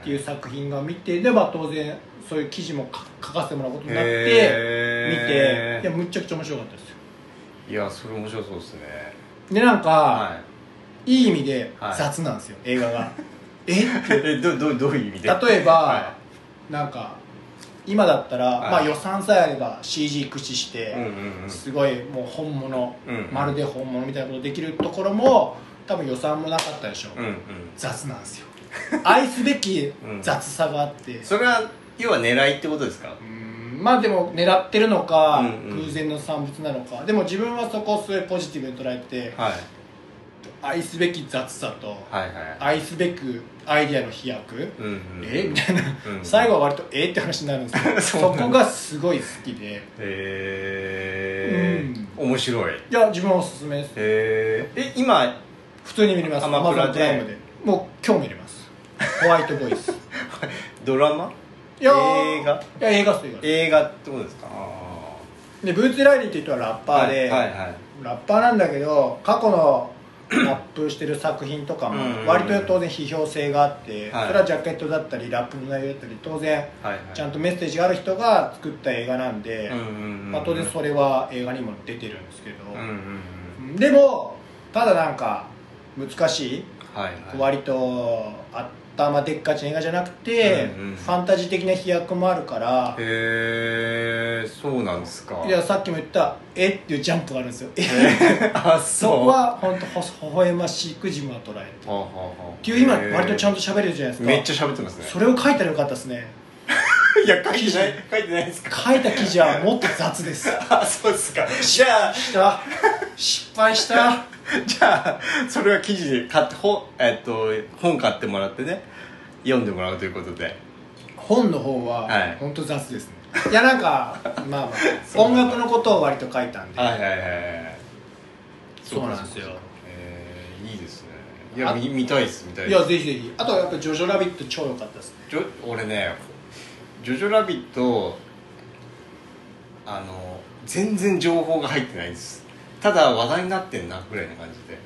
B: っていう作品が見てでまあ当然そういう記事も書書かせてもらうことになって見
A: へ
B: て
A: ー
B: いやむっちゃくちゃ面白かったですよ
A: いやそれ面白そうですね
B: でなんか
A: はい
B: いい意味で
A: はい
B: 雑なんですよ映画 がえって
A: えどどどういう意味 で
B: 例えば、
A: は
B: なんか今だったら、
A: はい
B: まあ、予算さえあれば CG 駆使し
A: いうん
B: て、
A: うんうん
B: すごいもう本物、
A: うん
B: まるで本物みたいなことできるところも多分予算もなかったでしょ、
A: うんうん
B: 雑なんですよ愛すべき雑さがあって、
A: それは要は狙いってことですか
B: うんまあでも狙ってるのか、
A: うんうん
B: 偶然の産物なのかでも自分はそこをすごいポジティブに捉えて
A: はい
B: 愛すべき雑さと
A: はいはい
B: 愛すべくアイディアの飛躍
A: うんうん
B: えみたいな
A: うん
B: 最後は割とえって話になるんですけ ど
A: そ
B: そう
A: なんだ
B: こがすごい好きで
A: えー面白い
B: いや自分はおすすめです
A: えー、え今
B: 普通に見れます
A: ア
B: ア
A: マ
B: マ
A: プ
B: プ
A: ラ
B: ラ
A: で
B: でイムでもう今日見れますホワイトボイス
A: ドラマ
B: いや ー
A: 映画
B: いや映画っす映画っす
A: 映画ってことですかあ
B: でブーツ・ライリーっていう人はラッ
A: ー
B: パーで、
A: はいはいはい
B: ラッパーなんだけど過去のラップしてる作品とか
A: うんうんうん
B: も割と当然批評性があって、
A: はい
B: それはジャケットだったりラップの内容だったり当然
A: はいはい
B: ちゃんとメッセージがある人が作った映画なんで、
A: うんうんうんうん
B: まあ、当然それは映画にも出てるんですけど、
A: うんうんうん
B: でもただなんか難しい
A: はいはい
B: 割と頭でっかちな映画じゃなくて、
A: うんうん
B: ファンタジー的な飛躍もあるから
A: へえそうなんですか
B: いやさっきも言った「えっ?」ていうジャンプがあるんですよえ
A: あ
B: そ
A: そう
B: こは本当ほ微笑ましく自分は捉えて
A: はあはあはあ
B: っていう今割とちゃん
A: と
B: と喋れるじゃないですか
A: めっちゃ喋ってますね
B: それを書いたらよかったですね
A: いや書いてない書いてないですか
B: 書いた記事はもっと雑です
A: あそうですかじゃあ
B: した失敗した
A: じゃあそれは記事で買って本,、えっと、本買ってもらってね読んでもらうということで
B: 本の方は
A: はい
B: 本当雑ですね、い、やなんかまあ まあ音楽のことを割と書いたんで
A: はいはいはいはい
B: そうなんですよ
A: そうかえーいいですねいや見見たいです見たい
B: い
A: です
B: やぜひぜひあとはやっぱ「ジョジョラビット」超良かったですね
A: ジョ俺ね「ジョジョラビット」あの全然情報が入ってないですただ話題になってんなぐらいな感じで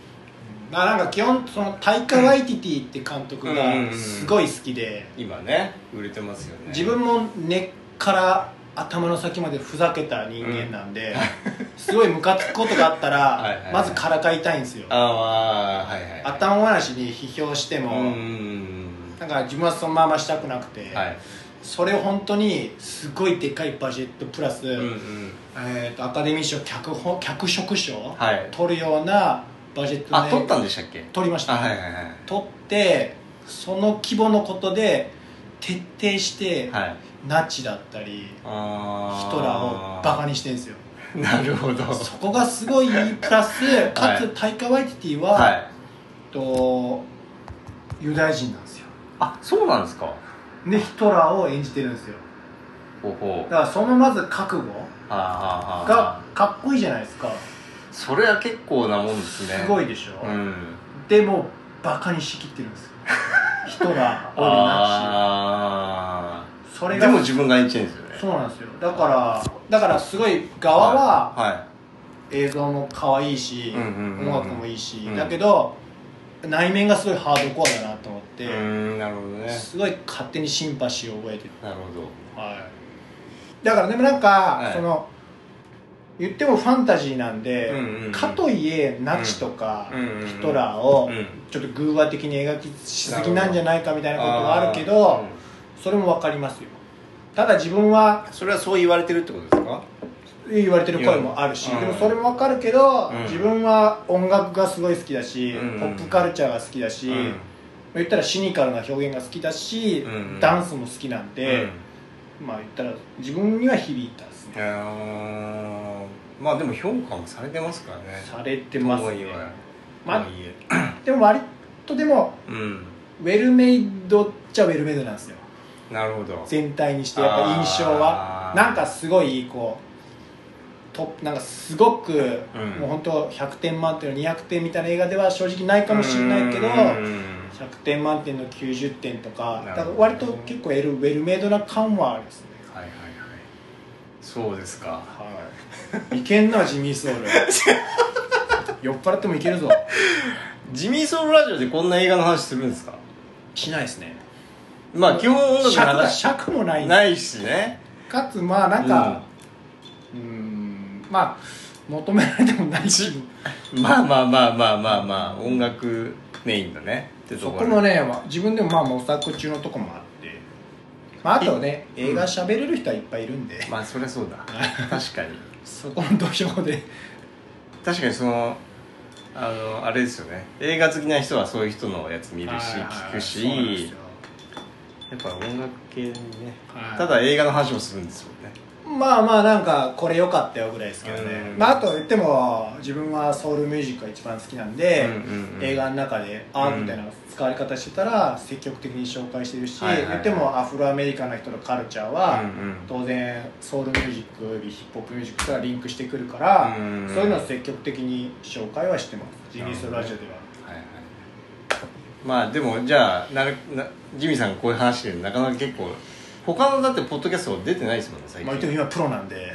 B: まあなんか基本そのタイカ・ワイティティって監督
A: うんうんうん
B: がすごい好きで
A: 今ね売れてますよね
B: 自分も根っから頭の先までふざけた人間なんで、すごいムカつくことがあったら
A: はいはいはい
B: まずからかいたいんですよ
A: ああはいはい
B: 頭ごなしに批評して
A: う
B: も、
A: んうん
B: なんか自分はそのまましたくなくて、
A: うんはい
B: それを本当にすごいでっかいバジェットプラス、
A: うんうん
B: えー、とアカデミー賞脚本脚色賞、
A: はい
B: 取るようなバジェット
A: あ撮ったんでしたっけ
B: 取りまし
A: あ
B: た、
A: はいはいはい
B: 取ってその規模のことで徹底して、
A: はい
B: ナチだったり
A: あ
B: ヒトラーをバカ
A: に
B: にしてるんですよ
A: なるほど
B: そこがすごいプラスかつタイカ・ワイティティは、
A: はい
B: とユダヤ人なんですよ
A: あそうなんですか
B: でヒトラーを演じてるんですよ
A: ほうほ
B: だ
A: う
B: からそのまず覚悟
A: ああああ
B: がかっこいいじゃないですか
A: それは結構なもんですね
B: すごいでしょ、
A: うん
B: でもバカにしきってるんですよヒトラー俺ナ
A: あ
B: チ
A: あ
B: それ
A: で
B: が
A: も自分が言っちゃうんですよね
B: そうなんですよだからだからすごい側は
A: は
B: 映像も可愛いし、
A: いうんうんうんうん
B: 音楽もいいし、
A: うん
B: だけど内面がすごいハードコアだなと思っ
A: い
B: て、
A: うーんなるほどね
B: すごい勝手にシンパシーを覚えてる、
A: なるほど
B: はい、だからでもなんか、
A: い
B: その言ってもファンタジーなんで、
A: うんうんうん
B: かといえナチとか、
A: うんうんうん
B: ヒトラーを
A: うん
B: ちょっと偶話的に描きしすぎなんじゃないかみたいなことがあるけど
A: ーうん
B: それも分かりますよただ自分は
A: それはそう言われてるってことですか
B: 言われてる声もあるし、
A: うん
B: でもそれもわかるけど、
A: うん
B: 自分は音楽がすごい好きだし、
A: うん
B: ポップカルチャーが好きだし、
A: うん
B: 言ったらシニカルな表現が好きだし、
A: うん
B: ダンスも好きなんで、まあ言ったら自分には響いたで
A: う
B: す
A: んい
B: ね、
A: やーまあでも評価もされてますからね
B: されてます
A: と
B: ね
A: はいえ
B: ま
A: とはいえ
B: でも割とでも
A: うん
B: ウェルメイドっちゃウェルメイドなんですよ
A: なるほど
B: 全体にしてやっぱ印象は
A: あー
B: なんかすごいこうとなんかすごく、
A: うん
B: もう本当100点満点の200点みたいな映画では正直ないかもしれないけど、
A: うん
B: 100点満点の90点とか
A: な
B: だ
A: る
B: か
A: ほ
B: ら
A: ど
B: 割と結構エルウェルメイドな感はあるですね
A: はいはいはいそうですか
B: はいいけんなジミーソウル 酔っ払ってもいけるぞ
A: ジミーソウルラジオでこんな映画の話するんですか
B: しないですね
A: まあ基本音楽の
B: 尺が
A: 話
B: 尺もない
A: ないしね
B: かつまあなんかうーんまあ求められてもないし
A: まあまあまあまあまあまあ音楽メインだねってと
B: そ
A: こ
B: こ
A: ろ
B: もねまあ自分でもまあ模索中のとこもあってまああとね
A: えうん
B: 映画喋れる人はいっぱいいるんで
A: まあそりゃそう だ確かに
B: そこの土俵で
A: 確かにそのあのあれですよね映画好きな人はそういう人のやつ見るし
B: はいはいはい
A: 聞くし
B: そうなんですよ
A: やっぱ音楽系にね
B: はい
A: ただ映画の話もするんですよね
B: まあまあなんかこれ良かったよぐらいですけどね
A: うん
B: まああと言っても自分はソウルミュージックが一番好きなんで、
A: うんうんうん
B: 映画の中でアートみたいな使われ方してたら積極的に紹介してるし、
A: はいはいはい
B: 言ってもアフロアメリカの人のカルチャーは、
A: うんうん
B: 当然ソウルミュージックおよびヒップホップミュージックとはリンクしてくるから、
A: うん
B: そういうのを積極的に紹介はしてますジニストラジオでは。
A: はいはいまあでもじゃあなるなジミーさんがこういう話でなかなか結構他のだってポッドキャスト出てないですもんね最近
B: まあ、言っても今プロなんで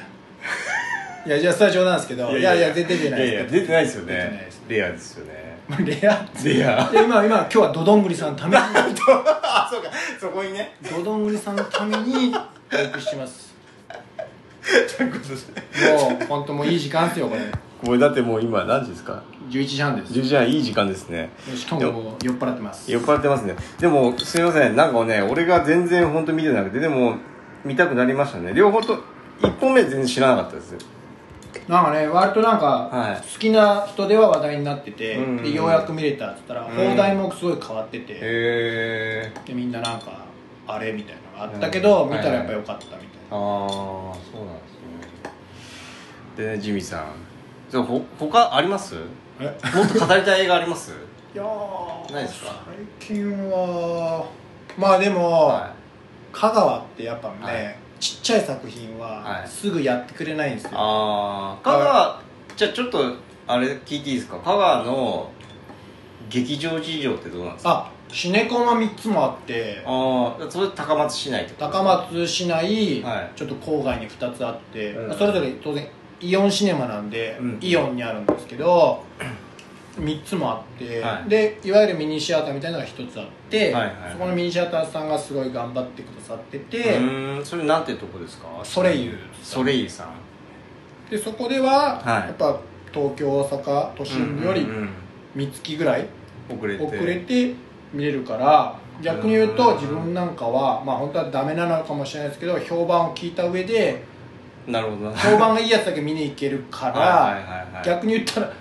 B: いやじゃあスタジオなんですけどいやいや出て出てない
A: いやいや
B: です
A: 出てないですよ
B: 出てない
A: ね
B: です
A: レアですよね
B: まあレア
A: レア
B: いや今今今日はドどんぐりさんのために
A: あそうかそこにね
B: ドどんぐりさんのためにお送りしてます
A: ということで
B: もう本当もういい時間ですよこれ
A: これだってもう今何時ですか
B: 11時半です
A: 10時半いい時間ですね
B: しかももう酔っ払ってます
A: 酔っ払ってますねでもすいませんなんかね俺が全然本当見てなくてでも見たくなりましたね両方と1本目全然知らなかったです
B: なんかね割とな
A: は
B: んか好きな人では話題になってて、
A: うん
B: でようやく見れたっつったら
A: ん
B: 放題もすごい変わってて、
A: へえ
B: でみんななんかあれみたいなのがあったけど、
A: うん
B: 見たらやっぱ良かったみたいな、
A: ああそうなんですねでねジミーさんじゃあほ他ありますも
B: え
A: っと語りたい映画あります
B: いやー
A: ないですか
B: 最近はまあでも、
A: は
B: 香川ってやっぱね、
A: はい
B: ちっちゃい作品は
A: はい
B: すぐやってくれないんですよ、
A: ああ香川じゃあちょっとあれ聞いていいですか香川の劇場事情ってどうなんですか
B: あシネコンは3つもあって
A: ああそれ高松市内ってこと
B: 高松市内、
A: はい
B: ちょっと郊外に2つあって、
A: うん
B: まあそれぞれ当然イオンシネマなんで、
A: うん
B: イオンにあるんですけ ど3つもあって、
A: はい
B: でいわゆるミニシアターみたいなのが1つあって、
A: はいはいはい
B: そこのミニシアターさんがすごい頑張ってくださってて、
A: うーんそれなんてとこですか
B: ソレイユ
A: ソレイユさん
B: でそこでは、
A: はい
B: やっぱ東京大阪都心より
A: うんうんうん
B: 3月ぐらい
A: 遅れて
B: 遅れて見れるから逆に言う
A: う
B: と
A: ん
B: 自分なんかはまあ本当はダメなのかもしれないですけど評判を聞いた上で
A: なるほどな
B: 評判がいいやつだけ見に行けるか
A: はい
B: ら
A: はいはいはい
B: 逆に言ったら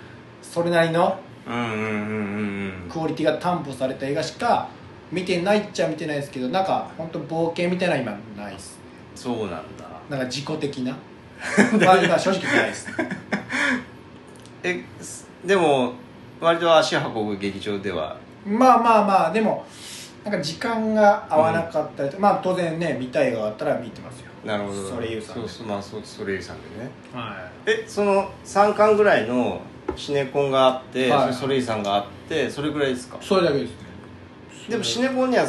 B: それなりの
A: うんうんうんうんうん
B: クオリティが担保された映画しか見てないっちゃ見てないですけどなんか本当冒険みたいなのは今ないっす
A: そうなんだ
B: なんか自己的 なまあ今正直ないっす
A: えすでも割と足運ぶ劇場では
B: まあまあまあでもなんか時間が合わなかったりとか、まあ当然ね見たい映画があったら見てますよ
A: なるほど
B: それゆうさんで
A: そうそうまあそうソレイユさんでね
B: はい
A: えその3巻ぐらいのシネコンがあって、
B: は
A: それ
B: い
A: ソレイユさんがあってそれぐらいですか
B: それだけですね
A: でもシネコンには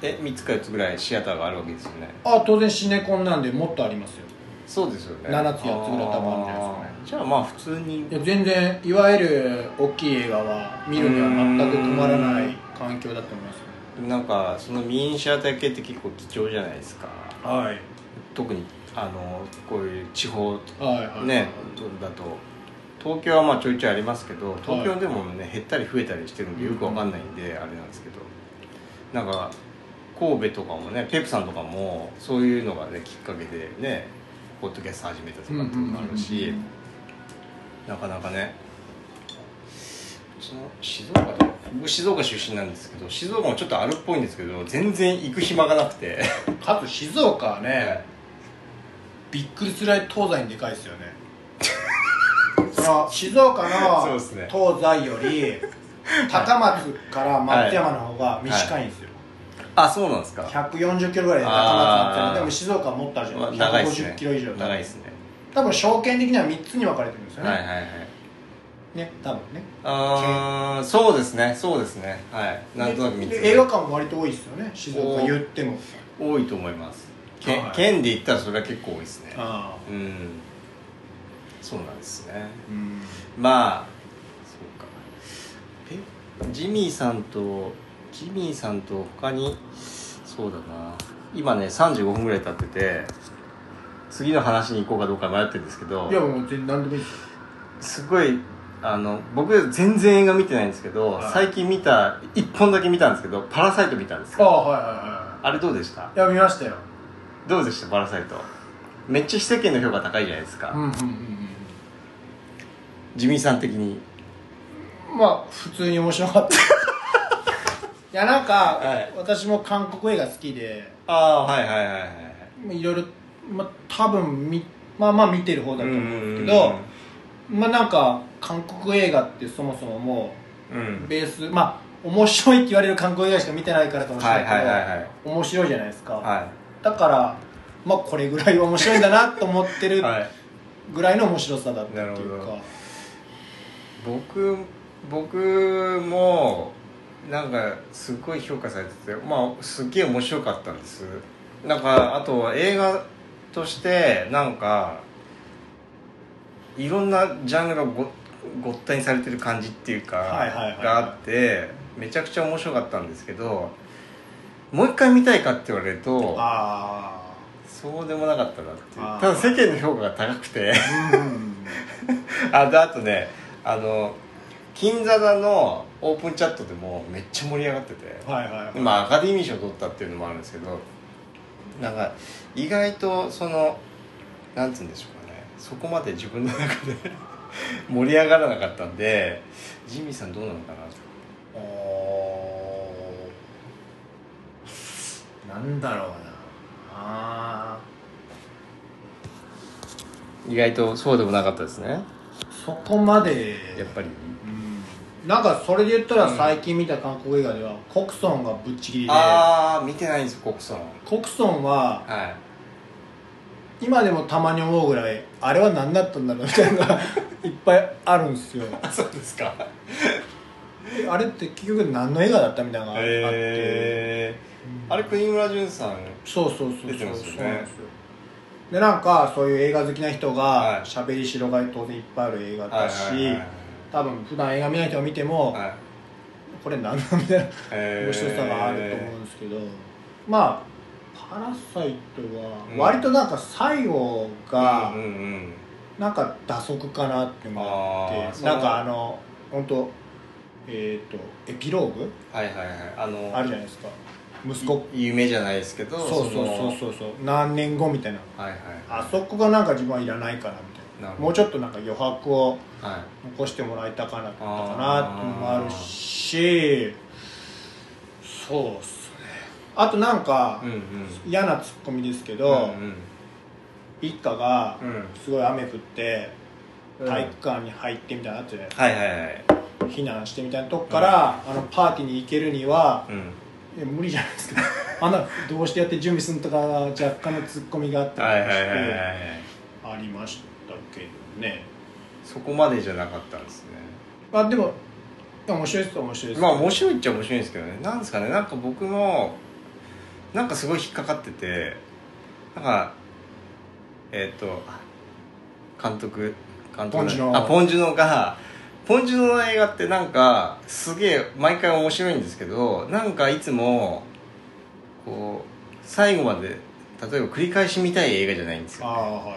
A: え3つか4つぐらいシアターがあるわけですよね
B: あ当然シネコンなんでもっとありますよ
A: そうですよね
B: 7つ8つぐらい多分あるんじゃないですかね
A: あーじゃあまあ普通に
B: いや全然いわゆる大きい映画は見るには全く困らない環境だと思いますね
A: なんかそのミニシアター系って結構貴重じゃないですか
B: はい
A: 特にあのこういう地方と
B: はいはい
A: ねだと東京はまあちょいちょいありますけど東京でもね減ったり増えたりしてるんでよくわかんないんであれなんですけどなんか神戸とかもねペプさんとかもそういうのがねきっかけでねポッドキャスト始めたとかっていうのもある
B: うんうん
A: し
B: うん
A: なかなかねうちの静岡とか僕静岡出身なんですけど静岡もちょっとあるっぽいんですけど全然行く暇がなくて
B: かつ静岡はねびっくりするぐらい東西にでかいですよね その静岡
A: そう
B: の
A: ですね
B: 東西より 高松から松山の方が短いんですよ、
A: あそうなんですか
B: 140キロぐらいで高松松山でも静岡はもっとあるじゃ
A: ま
B: な
A: あ
B: い
A: 長いで
B: ですすか
A: ね
B: 150キロ以上
A: 長いですね
B: 多分証券的には3つに分かれてるんですよね、
A: はいはいはい
B: ね多分ね
A: あーそうですねそうですねはいなんとなく見
B: で
A: つ
B: で映画館も割と多いですよね静
A: お
B: 岡
A: ー
B: 言っても
A: 多いと思いますけ
B: はい
A: 県で言ったらそれは結構多いですね
B: ああ
A: うんそうなんですね
B: うん
A: まあそうかえジミーさんとジミーさんと他にそうだな今ね35分ぐらい経ってて次の話に行こうかどうか迷ってるんですけど
B: いやもう全然何でもいいですよ
A: すごいあの僕全然映画見てないんですけど、
B: はい
A: 最近見た1本だけ見たんですけど「パラサイト」見たんです
B: あ
A: よ
B: あはいは
A: あれどうでした
B: いはいいや見ましたよ
A: どうでしたパラサイトめっちゃ世間の評価高いじゃないですか、
B: うんうんうん
A: ジミーさん的に
B: うんまあ普通に面白かったいやなんか、
A: はい
B: 私も韓国映画好きで
A: ああはいはいはいはい
B: まあいろいろ、まあ、多分みまあまあ見てる方だと思うんです
A: う
B: け
A: ん
B: どまあなんか韓国映画ってそもそもも
A: うんうんう
B: うんベースまあ面白いって言われる韓国映画しか見てないからかもしれな
A: はいい
B: けど、
A: はいはいはい
B: 面白いじゃないですか、
A: は
B: だからまあこれぐらいは面白いんだなと思って
A: い、
B: る
A: はい、
B: ぐらいの面白さだったっていう
A: なる
B: か、
A: ほど僕僕もなんかすっごい評価されててまあすっげえ面白かったんですなんかあとは映画としてなんかいろんなジャンルがごごったにされてる感じっていうか
B: はいはいはいはい
A: があってめちゃくちゃ面白かったんですけどもう一回見たいかって言われると
B: あ
A: そうでもなかったなっていう
B: あー
A: ただ世間の評価が高くて
B: あうん
A: あであとねあの金座座のオープンチャットでもめっちゃ盛り上がってて、
B: はい はい
A: まあ、アカデミー賞取ったっていうのもあるんですけどなんか意外とそのなんつうんでしょうかねそこまで自分の中で 盛り上がらなかったんでジミーさんどうなのかなと
B: おーなんだろうなあ
A: 意外とそうでもなかったですね
B: ーそこまで
A: やっぱり
B: うんなんかそれで言ったら最近見た韓国映画では、コクソンがぶっちぎりで
A: ああ見てないんです国産
B: コクソンは
A: はい
B: 今でもたまに思うぐらいあれは何だったんだろうみたい なのがいっぱいあるんですよ
A: あそうですか
B: えあれって結局何の映画だったみたいなのがあって、
A: えー、あれ国村淳さん
B: そうそうそうそう
A: 出てますよね
B: そうなんですよでなんかそういう映画好きな人
A: はい
B: が喋、りしろが当然いっぱいある映画だし、
A: はいはいはいはい
B: 多分普段映画見ない人が見ても、
A: はい
B: これ何なんみたいな
A: えー
B: 面白さがあると思うんですけど、まあ「パラサイト」は
A: うん
B: 割となんか最後
A: う
B: が
A: んうんうん
B: なんか打足かなって思
A: あ
B: っ
A: ー
B: て、なんかあの本当えっ、とエピローグ
A: はいはいはいあの
B: あるじゃないですか息子
A: い夢じゃないですけど
B: そうそうそう
A: う
B: そうそう何年後みたいな
A: はいはい
B: あそこがなんか自分はいらないからみた
A: な
B: いな
A: るほど
B: もうちょっとなんか余白を
A: はい
B: 残してもらいたかなったかなっていうのもあるしそうっすねあとなんか
A: うんうん
B: 嫌なツッコミですけ
A: う
B: ど、
A: ん
B: 一家が
A: うんうん
B: すごい雨降って
A: うん
B: 体育館に入ってみたいなのあってね
A: はいはいはい
B: 避難してみたいなとこから、あのパーティーに行けるには
A: うん
B: え無理じゃないですか あんなどうしてやって準備するのとか若干のツッコミがあった
A: はい
B: り
A: はいはいはい
B: して
A: はい
B: ありましたけどね
A: そこまでじゃなかったんですね
B: まあでもいや面白いです面白いです
A: まあ面白いっちゃ面白いんですけどねなんですかねなんか僕もなんかすごい引っかかっててなんかえっ、と監督監督
B: ポンジュノ
A: あポンジュノがポンジュノの映画ってなんかすげえ毎回面白いんですけどなんかいつもこう最後まで例えば繰り返し見たい映画じゃないんです
B: あ
A: よ
B: あはいはい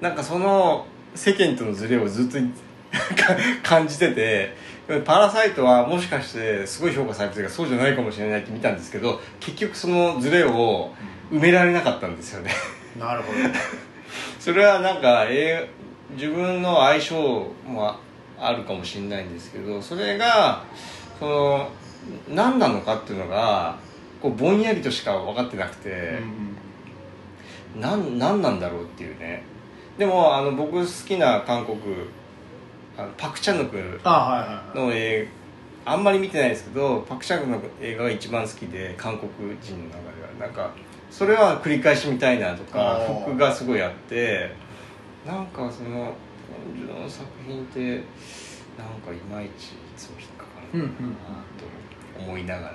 A: なんかその世間とのズレをずっと 感じててパラサイトはもしかしてすごい評価されてるからそうじゃないかもしれないって見たんですけど結局そのズレを埋められなかったんですよね
B: なるほ
A: それはなんか、えー自分の相性もああるかもしれないんですけどそれがその何なのかっていうのがこうぼんやりとしか分かってなくて。
B: ど、う
A: なん
B: ん
A: なんなんだろうっていうねでもあの僕好きな韓国あのパク・チャヌク
B: ああはいはいはい
A: の映画あんまり見てないですけどパク・チャヌクの映画が一番好きで韓国人の中ではなんかそれは繰り返し見たいなとか
B: あー
A: 服がすごいあってなんかそのポンジュノの作品ってなんかいまいちいつも引っかかるなと思いながら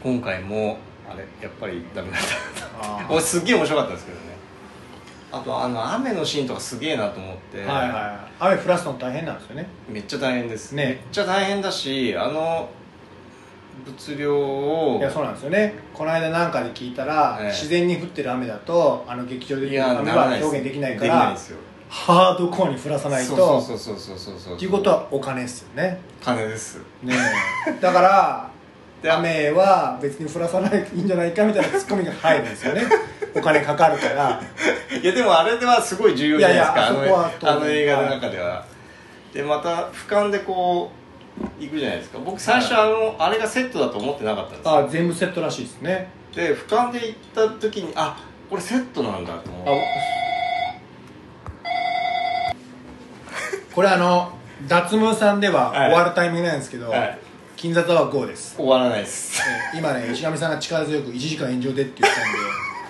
A: 今回もあれやっぱりダメだった
B: あ
A: おすっげえ面白かったですけどねあとあの雨のシーンとかすげえなと思って、
B: あはいはい雨降らすの大変なんですよね
A: めっちゃ大変です、
B: ね
A: めっちゃ大変だしあの物量を
B: いやそうなんですよねこの間なんかで聞いたら、
A: ええ
B: 自然に降ってる雨だとあの劇場で降っ
A: い
B: てる
A: や
B: 雨
A: ならな
B: はい表現できないか
A: できない
B: ら
A: ですよ
B: ハードコアに降らさないと
A: そうそうそうそうそうそう
B: っていうことはお金ですよね
A: 金です
B: ねえだから
A: で
B: 雨は別に降らさないいいんじゃないかみたいなツッコミが入るん ですよねお金かかるから
A: いやでもあれではすごい重要じゃないですか
B: いやいやあそこは
A: あのあの
B: 当然
A: 映画の中ではでまた俯瞰でこ行くじゃないですか僕最初あのあれがセットだと思ってなかったんですよ
B: あ全部セットらしいですね
A: で俯瞰で行った時にあこれセットなんだと思
B: あ
A: って
B: おこれあの脱毛さんでは
A: はい
B: 終わるタイミングなんですけど、
A: はい
B: 金座タワー5です
A: 終わらないです
B: え今ね石上さんが力強く1時間炎上でって言ったんで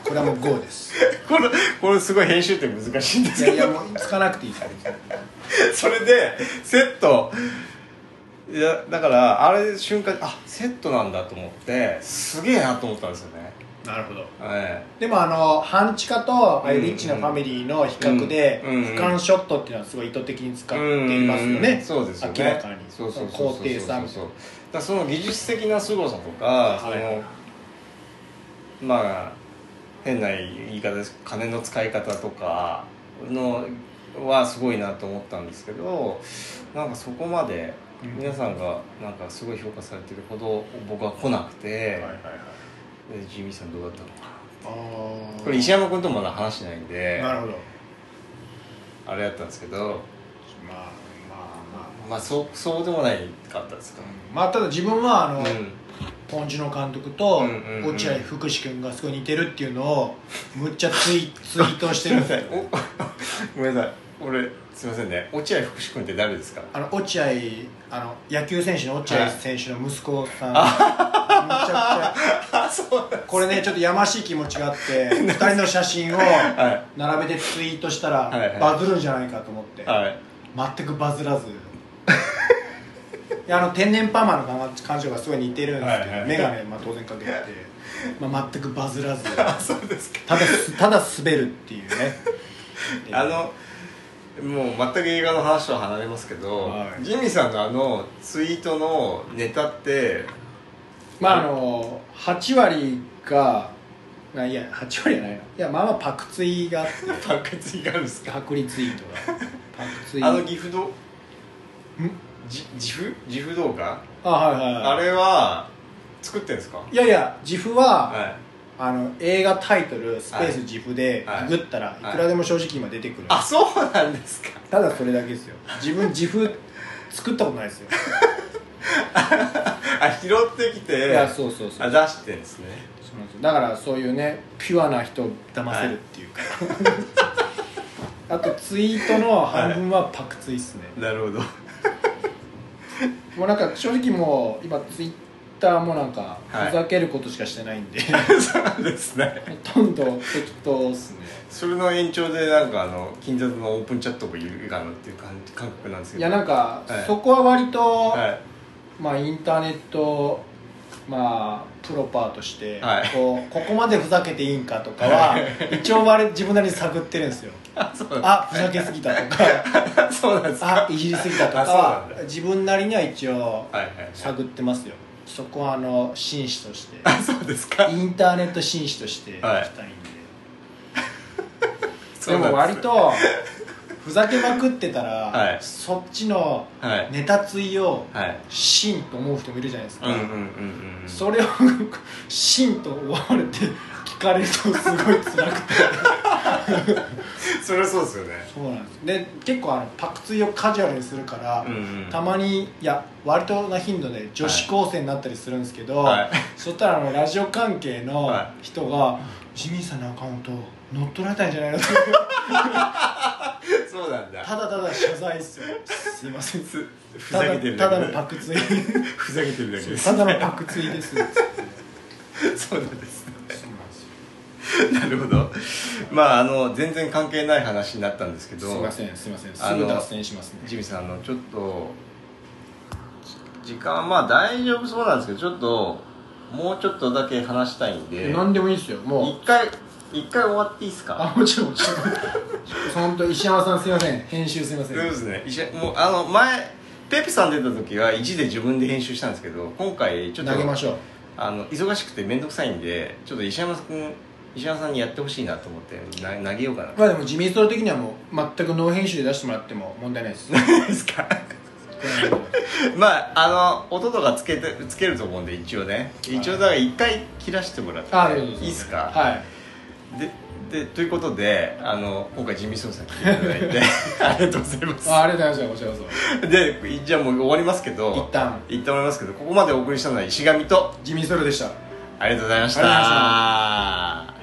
B: これはもう5です
A: これこれすごい編集って難しいんで
B: い
A: すけ
B: や
A: ど
B: いやもうつかなくていいです
A: それでセットいやだからあれ瞬間あセットなんだと思ってすげえなと思ったんですよね
B: なるほど
A: え
B: でもあの半地下と
A: うん
B: リッチなファミリーの比較で
A: うんうん
B: 俯瞰ショットっていうのはすごい意図的に使っていますよ
A: うん
B: ね
A: そうですよね
B: 明らかに
A: そうそうそう
B: 高低差
A: そうそ
B: みたい
A: うそう
B: な
A: だからその技術的な凄さとか、
B: い
A: そのまあ変な言い方ですけど金の使い方とかのはすごいなと思ったんですけどなんかそこまで
B: うん
A: 皆さんがなんかすごい評価されてるほど僕は来なくて、
B: はいはいはい
A: でジミーさんどうだったのかな
B: あー
A: これ石山君ともまだ話してないんで
B: なるほど
A: あれやったんですけど
B: まあまあまあ
A: まあそうそうでもないかったですか、
B: まあただ自分はあの、
A: うん
B: ポンジュの監督と
A: うんうんうん
B: 落合福士君がすごい似てるっていうのをむっちゃ ツイツイートしてるんですよ
A: おごめんなさい俺すいませんね落合福士君って誰ですか
B: あの落合あの野球選手の落合選手の息子 さん、むちゃくちゃ
A: あそうだ
B: これねちょっとやましい気持ちがあ って2人の写真を
A: は
B: 並べてツイートした
A: はいは
B: ら
A: い
B: バズるんじゃないかと思って
A: いはい
B: 全くバズらずいやあの天然パーマの感感情がすごい似てるんですけ
A: はいは
B: ど
A: い
B: 眼鏡、まあ、当然かけてて、まあ、全くバズらず
A: あそうですか
B: ただただ滑るっていうね
A: あのもう全く映画の話とは離れますけど、
B: はい
A: ジミーさんのあのツイートのネタって
B: まああの8割があいや8割じゃないのいやまあまあパクツイがあっ
A: パクツイがあるんです
B: て
A: か
B: パクリツイートが パクツイ
A: あの岐阜ど
B: ん
A: じ自負自負動画、
B: あはいはい、
A: あ
B: はい、
A: れは作ってんですか
B: いやいや自負は、
A: はい
B: あの映画タイトル「スペース自負」で
A: はい
B: ググったらい
A: はい
B: くらでも正直今出てくる、
A: あそうなんですか
B: ただそれだけですよ自分自負作ったことない ですよ
A: あ拾ってき
B: い
A: て
B: やそうそうそう
A: あ出してんですね
B: そうなんですよだからそういうねピュアな人を騙せるっていうか、 あとツイートの半分はパクツイっすね、
A: なるほ ど
B: もうなんか正直もう今ツイッターもなんか
A: はい
B: ふざけることしかしてないんで、
A: そうなんですね
B: ほとん ど適当っすね
A: それの延長でなんかあの金座のオープンチャットもいるかなっていう感じ感覚なんですけど
B: いやなんか、
A: はい
B: そこは割と、
A: は
B: まあインターネットまあプロパーとして、
A: はい
B: こうここまでふざけていいんかとかは一応割れ自分なりに探ってるんですよ
A: いそう
B: あふざけすぎたとか
A: なんそうなんですか
B: あいじりすぎたとかは
A: あそうなんだ
B: 自分なりには一応
A: はいはい
B: 探ってますよそこはあの紳士として
A: あそうですか
B: インターネット紳士としていきたいんで、
A: そう
B: でも
A: なん
B: 割
A: すね
B: とふざけまくってたら、
A: はい
B: そっちの
A: はい
B: ネタついを
A: はい
B: 真と思う人もいるじゃないです
A: う
B: か、
A: んうんうんうん
B: それを真と思われて聞かれるとすごい辛く て
A: それはそうですよね
B: そうなんですで結構あのパクツイをカジュアルにするから、
A: うんうん
B: たまにいや割とな頻度で女子高生になったりするんですけど、
A: はい
B: そしたらあのラジオ関係の
A: は
B: 人が、ジミーさんのアカウント乗っ取られたんじゃないのって
A: そうなんだ
B: ただただ謝罪っすよすいません
A: ふふ
B: た
A: ざ
B: だ
A: けてる
B: た
A: だけ
B: だの
A: で
B: パクツイ
A: ふざけてるだけです
B: ただのパクツイ ですそうなんで
A: そうなんですね
B: すよ
A: なるほどまああの全然関係ない話になったんですけど
B: すいませんすいません
A: あ
B: す
A: の
B: ぐ脱線しますね
A: ジミーさんあのちょっとじ時間まあ大丈夫そうなんですけどちょっともうちょっとだけ話したいんで
B: 何でもいいですよもう
A: 一回一回終わっていいですか
B: あもちろんもちろん本当石山さんすいません編集すいません
A: そうですね石もうあの前ペペさん出た時は1で自分で編集したんですけど今回ちょっと
B: 投げましょう
A: あの忙しくて面倒くさいんでちょっと石山君石山さんにやってほしいなと思ってな投げようかな
B: まあでも自民党的にはもう全くノー編集で出してもらっても問題ないで す
A: ですか まああの音とかつけてつけると思うんで一応ね一応だから一回切らしてもらって、
B: あ
A: い、いですか、
B: はい
A: ででということであの今回ジミー・ソンさん来ていただい てありがとうございます
C: あありがとうございましたこちらこ
A: でじゃあもう終わりますけど
B: 一旦
A: 一旦終わりますけどここまでお送りしたのは石神と
B: ジミーソロでした
A: ありがとうございまし
B: ありがとうござ
A: た